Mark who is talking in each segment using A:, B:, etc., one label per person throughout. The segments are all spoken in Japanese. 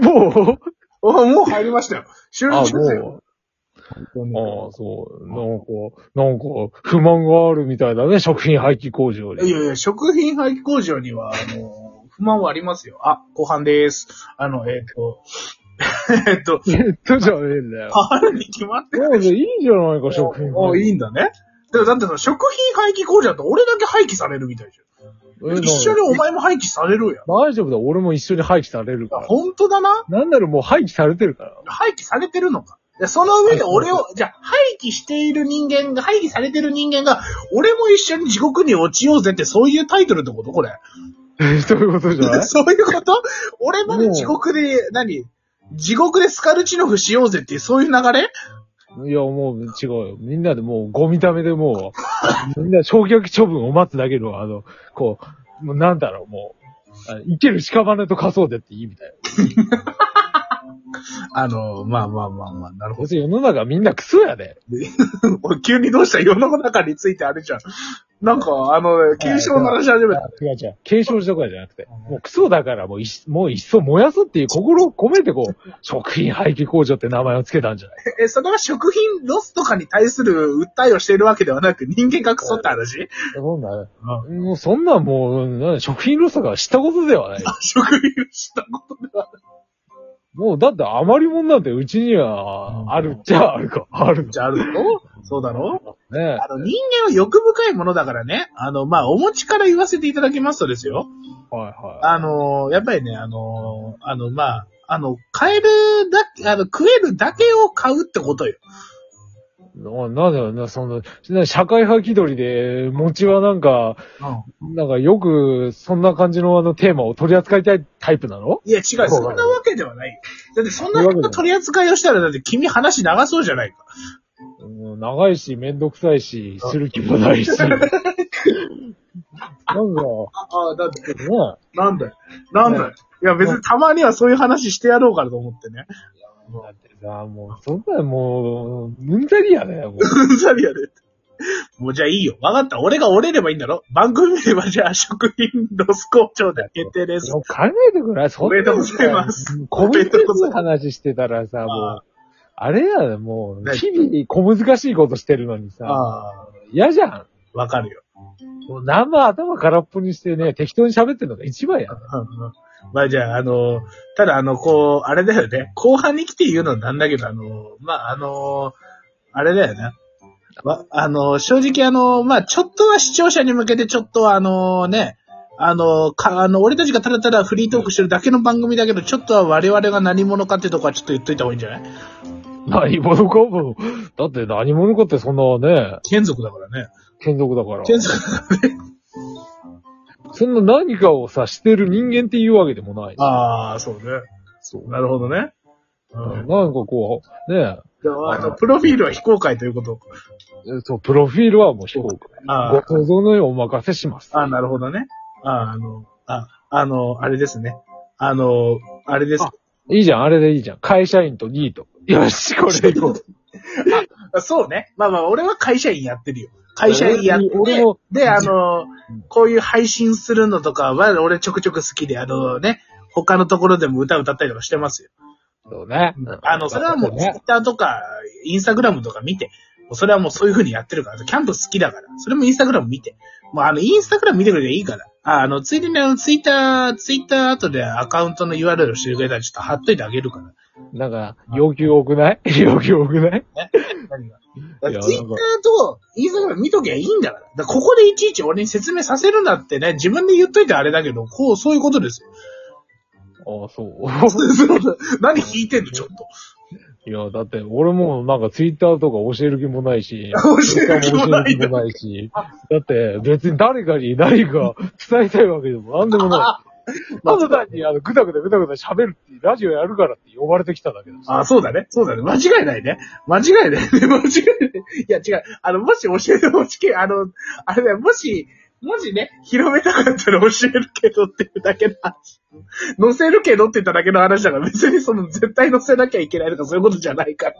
A: も
B: あ、もう入りましたよ。
A: う
B: 終
A: あ、
B: 了しますよ。
A: もう。ああ、そう。なんか、なんか、不満があるみたいだね、食品廃棄工場
B: い
A: に。
B: やいや、食品廃棄工場には、あの、不満はありますよ。あ、後半です。あの、えっ、と、 えっ、と、
A: ネットじゃねえんだよ。
B: あるに決まって
A: もうねいいじゃないか、食品
B: る。もういいんだね。でもだってその食品廃棄工場だと俺だけ廃棄されるみたいじゃん。一緒にお前も廃棄されるやん。
A: 大丈夫だ、俺も一緒に廃棄されるから。
B: 本当だな。
A: なんならもう廃棄されてるから。
B: 廃棄されてるのか。でその上で俺を、じゃあ廃棄している人間が、廃棄されてる人間が、俺も一緒に地獄に落ちようぜってそういうタイトルってことこれ。
A: え、そういうことじゃない
B: そういうこと俺まで地獄で、何地獄でスカルチノフしようぜっていう、そういう流れ
A: いや、もう違うよ。みんなでもう、ゴミためでもう、みんな焼却処分を待つだけの、あの、こう、もうなんだろう、もう、あの生ける屍と仮想でっていいみたいな。
B: あの、まあまあまあまあ、なるほ
A: 別に世の中みんなクソやで。
B: ど。 俺急にどうした世の中についてあれじゃん。なんか、あの、継承の話し始めた。
A: 違う違う。継承とかじゃなくて、もうクソだからもういっ、もういっそ燃やすっていう心を込めてこう、食品廃棄工場って名前をつけたんじゃない
B: え、それは食品ロスとかに対する訴えをしているわけではなく、人間がクソって話
A: そんな、もうそんなんもう、な食品ロスとかしたことではない。
B: 食品したことでは。
A: もうだって余り物なんてうちには、あるっちゃあるか、ある
B: じゃああるだろそうだろ
A: のね。
B: あの、人間は欲深いものだからね。あの、まあ、お持ちから言わせていただきますとですよ。
A: はいはい。
B: あのーやっぱりね、あのーあの、まあ、あの、買えるだけ、あの、食えるだけを買うってことよ。
A: ななんだよな、その、な社会派気取りで、餅はなんか、なんかよく、そんな感じのあのテーマを取り扱いたいタイプなの
B: いや、違う、そ
A: だね
B: んなわけではない。だって、そん
A: そ
B: な
A: ういうわけじゃない
B: 取り扱いをしたら、だって君話長そうじゃないか。
A: うん長いし、めんどくさいし、する気も ないし。なんか、ね、
B: ああ、だって、
A: ね、
B: なんだよ。なんだよ。いや、別にたまにはそういう話してやろうかなと思ってね。
A: だってさ、もう、そんなんもう、うんざりやね、もう。
B: うんざりやで。もうじゃあいいよ。わかった。俺が折れればいいんだろ番組名はじゃあ食品ロス工場で決定です。
A: 考えてくれ、そんな。
B: おめでとうございます。
A: 小
B: おめ
A: 難
B: でとうござ
A: し
B: い
A: い
B: ま
A: 話してたらさ、
B: あ
A: もう、あれやね、もう、
B: 何
A: 日々小難しいことしてるのにさ、
B: ああ、
A: 嫌じゃん。
B: わかるよ。
A: もう何も頭空っぽにしてね、適当に喋ってるのが一番や。
B: まあじゃあ、あの、ただあの、こう、あれだよね。後半に来て言うのなんだけど、あの、まああの、あれだよね。わあの、正直あの、まあちょっとは視聴者に向けて、ちょっとはあのね、あの、か、あの、俺たちがただただフリートークしてるだけの番組だけど、ちょっとは我々が何者かってとこはちょっと言っといた方がいいんじゃない
A: 何者かも。だって何者かってそんなね、
B: 眷属だからね。
A: 剣族だから。
B: 眷属。
A: そんな何かをさ、してる人間っていうわけでもない。
B: ああ、そうね。そう。なるほどね。う
A: なん
B: ん。
A: かこう、ね
B: でもあの、プロフィールは非公開ということ。
A: そう、プロフィールはもう飛行機。
B: ああ
A: ご。想像のようお任せします。
B: あ、なるほどね。あ、あの、あ、あの、あれですね。あの、あれです。
A: いいじゃん、あれでいいじゃん。会社員とニート。よし、これでいこう。
B: そうね。まあまあ、俺は会社員やってるよ。会社員やって
A: 俺も
B: で、あの、こういう配信するのとかは、俺ちょくちょく好きで、あのね、他のところでも歌歌ったりとかしてますよ。
A: そうね。
B: あの、それはもう、ツイ
A: ね
B: ッ。ターとか、インスタグラムとか見て、もうそれはもうそういう風にやってるから、キャンプ好きだから、それもインスタグラム見て。もうあの、インスタグラム見てくれていいから。ああの、ついでにあの、ツイッター、ツイッター後でアカウントの URL をしてくれたら、ちょっと貼っといてあげるから。
A: なんか、要求多くない 要求多くない
B: 何が
A: いや
B: ツイッターとインスタグラム見ときゃいいんだから。だからここでいちいち俺に説明させるなってね、自分で言っといてあれだけど、こう、そういうことですよ。
A: ああ、そう。
B: 何聞いてんの、ちょっと。
A: いや、だって、俺もなんかツイッターとか教える気もないし、
B: 教える気もな
A: ツ
B: い
A: イッターも教える気もないし、だって別に誰かに何か伝えたいわけでもなんでも ない。ただ単に、あの、ぐだぐだぐだぐだ喋るって、ラジオやるからって呼ばれてきただけだし。
B: あ、そうだね。そうだね。間違いないね。間違いない ね。間違いない。いや、違う。あの、もし教えてほしい。あの、あれだよ。もし、もしね、広めたかったら教えるけどっていうだけの話。載せるけどって言っただけの話だから、別にその、絶対載せなきゃいけないとかそういうことじゃないから。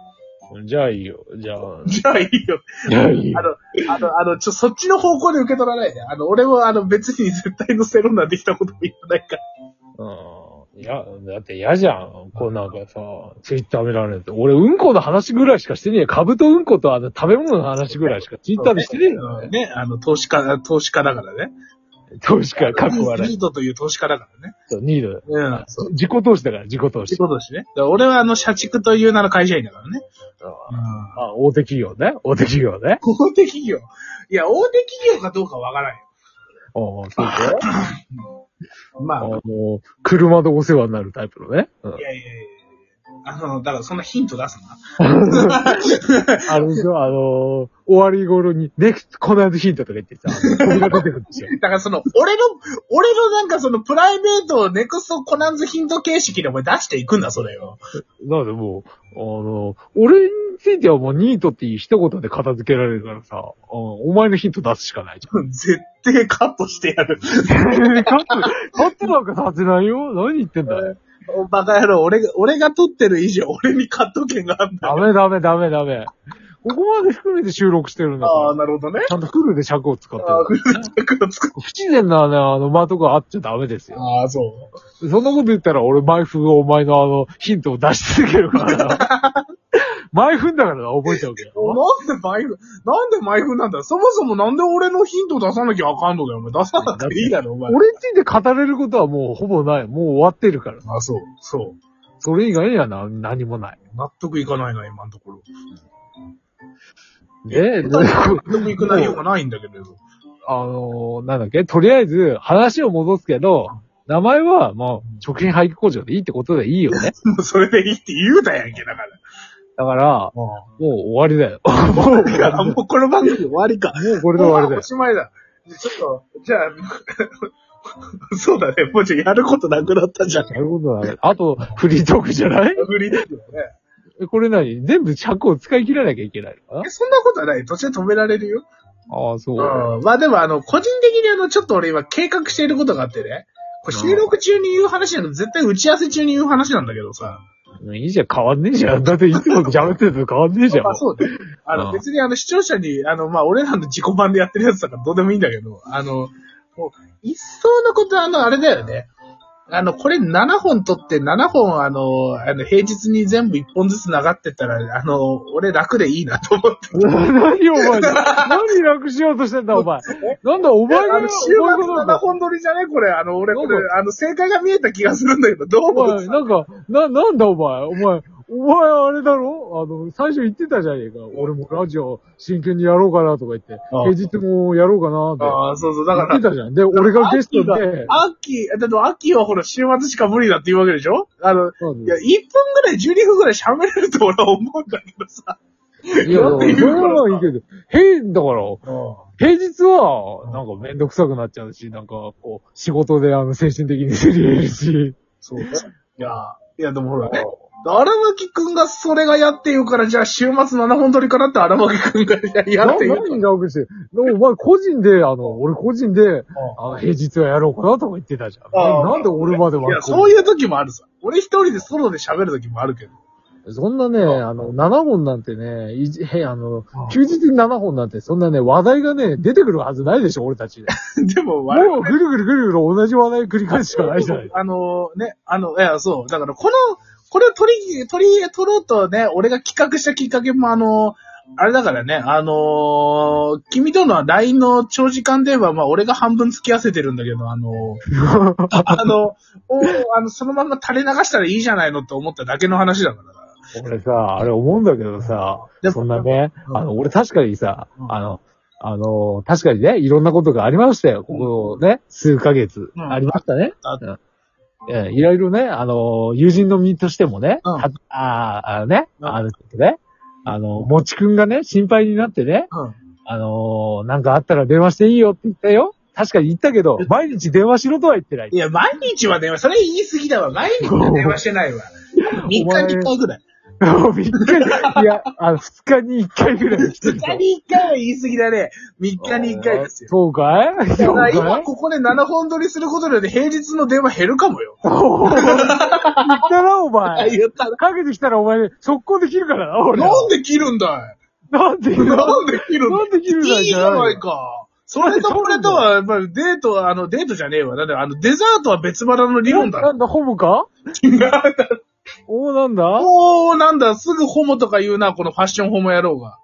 A: じゃあいいよ。じゃあ、
B: じゃあいいよ。
A: じゃあいい
B: あ
A: よ。
B: の、あの、あの、ちょ、そっちの方向で受け取らないで。あの、俺もあの、別に絶対載せるなんて言ったことも言わないから。
A: うん。いいや、だって嫌じゃん。こうなんかさ、ツイッター見られると。俺、うんこの話ぐらいしかしてねえよ。株とうんことあの食べ物の話ぐらいしかツイッターでしてねえよね。
B: ね、あの、投資家、投資家だからね。
A: 投資家、かっこ
B: ニ
A: 笑い。
B: ートという投資家だからね。
A: そうニードだよ。
B: うん、そう。
A: 自己投資だから、自己投
B: 仕
A: 資。
B: 事しね。だから俺はあの、社畜という名の会社員だからね。うん。
A: あ、大手企業ね。大手企業ね。
B: 大手企業。いや、大手企業かどうかわからんよ。
A: おーそうか。
B: ま
A: あ
B: あ、
A: の、車でお世話になるタイプのね。うん
B: いやいやいやいやあの、だからそんなヒント出す な。
A: あれでしょ、あのー終わり頃に、ネクストコナーズヒントとか言ってさ、飛びが出てくるんですよ。
B: だからその、俺の、俺のなんかそのプライベートをネクストコナンズヒント形式でお前出していくんだ、それを。
A: なのでもう、あの、俺についてはもうニートっていう一言で片付けられるからさ、うんお前のヒント出すしかないじゃん。
B: 絶対カットしてやる。
A: カット、カットなんかさせないよ何言ってんだよ。
B: おバカ野郎、俺が、俺が撮ってる以上、俺にカット権があるんだ
A: ダ
B: よ。
A: メダメダメダメ。ここまで含めて収録してるんだか
B: ああ、
A: ら。
B: なるほどね。
A: ちゃんとフルで尺を使ってる。
B: ああ、フルーツ だから作っ
A: 不自然なね、あの、間とかあっちゃダメですよ。
B: ああ、そ
A: そんなこと言ったら俺毎分お前のあの、ヒントを出し続けるから な。毎分だからな、覚えちゃうけ
B: う。
A: ど。
B: なんでマイフ、なんでマイフなんだそもそもなんで俺のヒント出さなきゃあかんのだよ、お前。出さなくていいだろ、お 前。
A: 俺について語れることはもうほぼない。もう終わってるから。
B: あそう、そ
A: それ以外にはな何もない。
B: う。納得いかないな、今のところ。
A: で、で
B: 納得いく内容がないんだけど。
A: あのーなんだっけ、とりあえず話を戻すけど、名前はもう食品廃棄工場でいいってことでいいよね。
B: もうそれでいいって言うたやんけ、だから。
A: だから、もう終わりだよ。もう終わりだ
B: あ、
A: よ、も
B: もうこの番組終わりか。
A: うこれで終わりだ
B: もうお
A: よ。
B: しまいだ。ちょっと、じゃあ、 そうだね。もうちょいやることなくなったじゃん。
A: なるほどな。あと、フリートークじゃない
B: 無理ですよね。
A: えこれ何全部尺を使い切らなきゃいけないのかな
B: えそんなことはない。途中で止められるよ。
A: ああ、そう。
B: うん。まあでも、あの、個人的にあの、ちょっと俺今計画していることがあってね。これ収録中に言う話なの、絶対打ち合わせ中に言う話なんだけどさ。
A: いいじゃん、変わんねえじゃん。 だっていつも喋ってると変わんねえじ ゃん
B: まあ。そうね。あ
A: うん
B: の、別にあの、視聴者に、あの、まあ俺らの自己版でやってるやつだからどうでもいいんだけど、あの、もう、一層のことあの、あれだよね。あの、これ7本撮って7本あの、あの、平日に全部1本ずつ流ってったら、あの、俺楽でいいなと思って。
A: 何お前、何楽しようとしてんだお前。なんだお前が、
B: あ
A: お前
B: の、週末
A: がなん
B: 7
A: だ。
B: 本撮りじゃねこれ、あの、俺、これ
A: なん、
B: あの、正解が見えた気がするんだけど、どう
A: お
B: 思
A: 前、
B: う
A: なんか、な、なんだお前、お前、お前あれだろあの、最初言ってたじゃねえか。俺もラジオ真剣にやろうかなとか言って、
B: ああ
A: 平日もやろうかなって
B: ああ、そうそう、だ
A: 言
B: か
A: って
B: ら、
A: たじゃん。で、俺がゲストで、
B: 秋、だって秋はほら、週末しか無理だって言うわけでしょあの、
A: なん
B: いや、
A: で
B: 1分ぐらい、12分ぐらい喋れると俺は思うんだけどさ。
A: いや、
B: なん
A: そ
B: て言う
A: れ
B: から
A: はいいけど、変、だから、
B: う
A: 平日は、なんかめんどくさくなっちゃうし、なんか、こう、仕事であの、精神的にすり減るし。
B: そうね。いや、いや、でもほらね、荒牧くんがそれがやって言うから、じゃあ週末7本撮りかなって荒牧くんがや
A: な
B: って言うから
A: 何楽して。でもお前個人で、あの、俺個人で、あの平日はやろうかなとか言ってたじゃん。
B: ああ
A: なんで俺まで
B: いや、
A: は
B: そういう時もあるさ。俺一人でソロで喋る時もあるけど。
A: そんなね、あの、7本なんてね、いじへあの
B: ああ、
A: 休日に7本なんて、そんなね、話題がね、出てくるはずないでしょ、俺たちで。
B: でも、我々
A: もう、ぐるぐるぐるぐる同じ話題繰り返すしかないじゃない。
B: あのね、あの、いや、そう。だから、この、これを取り、取り、取ろうとね、俺が企画したきっかけも、あのあれだからね、あの君との LINE の長時間電話、まあ、俺が半分付き合わせてるんだけど、あのあの、おあの、そのまま垂れ流したらいいじゃないのって思っただけの話だから。
A: 俺さ、あれ思うんだけどさ、
B: でも
A: そんなね、
B: うん
A: あの、俺確かにさ
B: う、ん
A: あの、あの、確かにね、いろんなことがありましたよ。ここね、数ヶ月。
B: うん
A: ありましたね。
B: あ
A: うんええいろいろね、あの、友人の身としてもね、
B: うん
A: はああのね、
B: うん
A: あのちょっとね、あの、もちくんがね、心配になってね、
B: うん
A: あの、なんかあったら電話していいよって言ったよ。確かに言ったけど、毎日電話しろとは言ってない
B: い。や、毎日は電話、それ言い過ぎだわ。毎日は電話してないわ。3日に1回ぐらい。
A: もうびっくり。いや、あの、二日に一回ぐらいして
B: 2
A: ると
B: 日に1回は言い過ぎだね。3日に1回ですよ。
A: そうかい
B: だ
A: そ
B: から
A: うか
B: 今
A: い
B: ここで7本撮りすることで平日の電話減るかもよ。
A: おー言ったな、お
B: あ
A: 前。
B: 言ったな。
A: かけてきたらお前、速攻できるからな、俺。
B: なんで切るんだ
A: なんで
B: いなんで切るんだ
A: なんで切るんだい
B: いいじゃないか。それとこれとは、まあ、デートは、あの、デートじゃねえわ。だって、あの、デザートは別腹の理論だ
A: な
B: ろ。
A: んだ、ホモか
B: 違うだろ
A: おおなんだ
B: おー、なんだ、すぐホモとか言うな、このファッションホモ野郎が。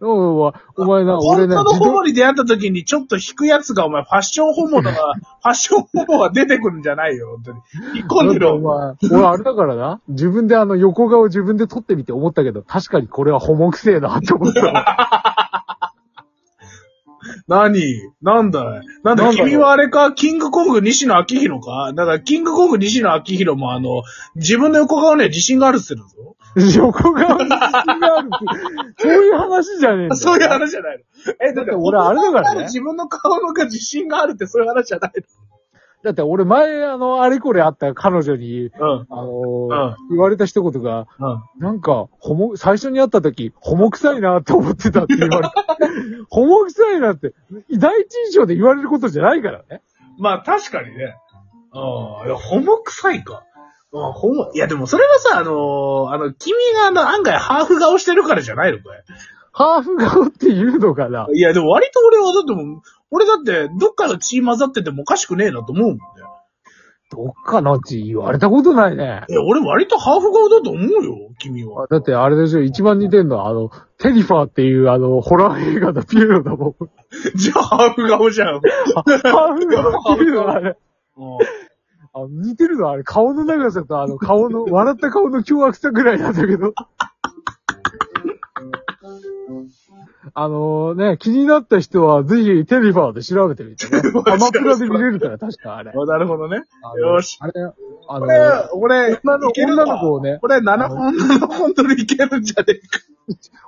A: おおお前な、俺
B: 本
A: な、
B: 当の
A: 自
B: ホ
A: 動
B: モに出会った時にちょっと引くやつが、お前、ファッションホモ とか、ファッションホモが出てくるんじゃないよ、本当に。引っ込んで
A: なんかお
B: ろ。
A: 前俺あれだからな、自分であの横顔自分で撮ってみて思ったけど、確かにこれはホモくせえなって思った わ。
B: 何なんだいなん
A: な
B: だ
A: んだろう
B: 君はあれかキングコング西野昭弘かだから、キングコング西野昭弘もあの、自分の横顔には自信があるっつってるぞ。
A: 横顔に自信があるって、そういう話じゃねえんだよ。
B: そういう話じゃないの。え、だ
A: って俺あれだからね
B: 自分の顔のが自信があるってそういう話じゃない
A: だって俺前、あの、あれこれあった彼女に、
B: の。
A: あの
B: うん
A: 言われた一言が、
B: うん。うん。
A: なんか、ホモ、最初に会った時、ホモ臭いなって思ってたって言われた。ホモ臭いなって、第一印象で言われることじゃないからね。
B: まあ確かにね。ああ、いや、ホモ臭いか。ああ、ホモ、いやでもそれはさ、あのーあの、君があの、案外ハーフ顔してるからじゃないのかい
A: ハーフ顔って言うのかない
B: や、でも割と俺はだってもう、俺だって、どっかの血混ざっててもおかしくねえなと思うもんね。
A: どっかのうち言われたことないね。
B: え、俺割とハーフ顔だと思うよ、君は。
A: だってあれでしょ、一番似てんのは、あの、テリファーっていうあの、ホラー映画のピエロだもん。
B: じゃあハーフ顔じゃ
A: ハ
B: ん。
A: ーフ顔っていうのはあれ。
B: うん
A: あの似てるのはあれ、顔の長さとあの、顔の、笑った顔の凶悪さぐらいなんだけど。あのね、気になった人はぜひテリファーで調べてみてね。アマプラで見れるから、確かあれ。
B: あなるほどね。
A: あの
B: よし。
A: あれ、あの、
B: 俺、俺、
A: 女の
B: いける
A: 女の
B: な
A: 子をね、
B: これ、7本の本当にいけるんじゃねえか。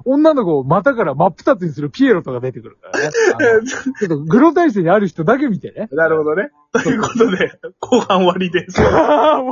A: 女の子を股から真っ二つにするピエロとか出てくるからね。 あ のちょっとグロ 体制にある人だけ見てね。
B: なるほどね。ということで、後半終わりです。
A: ああ、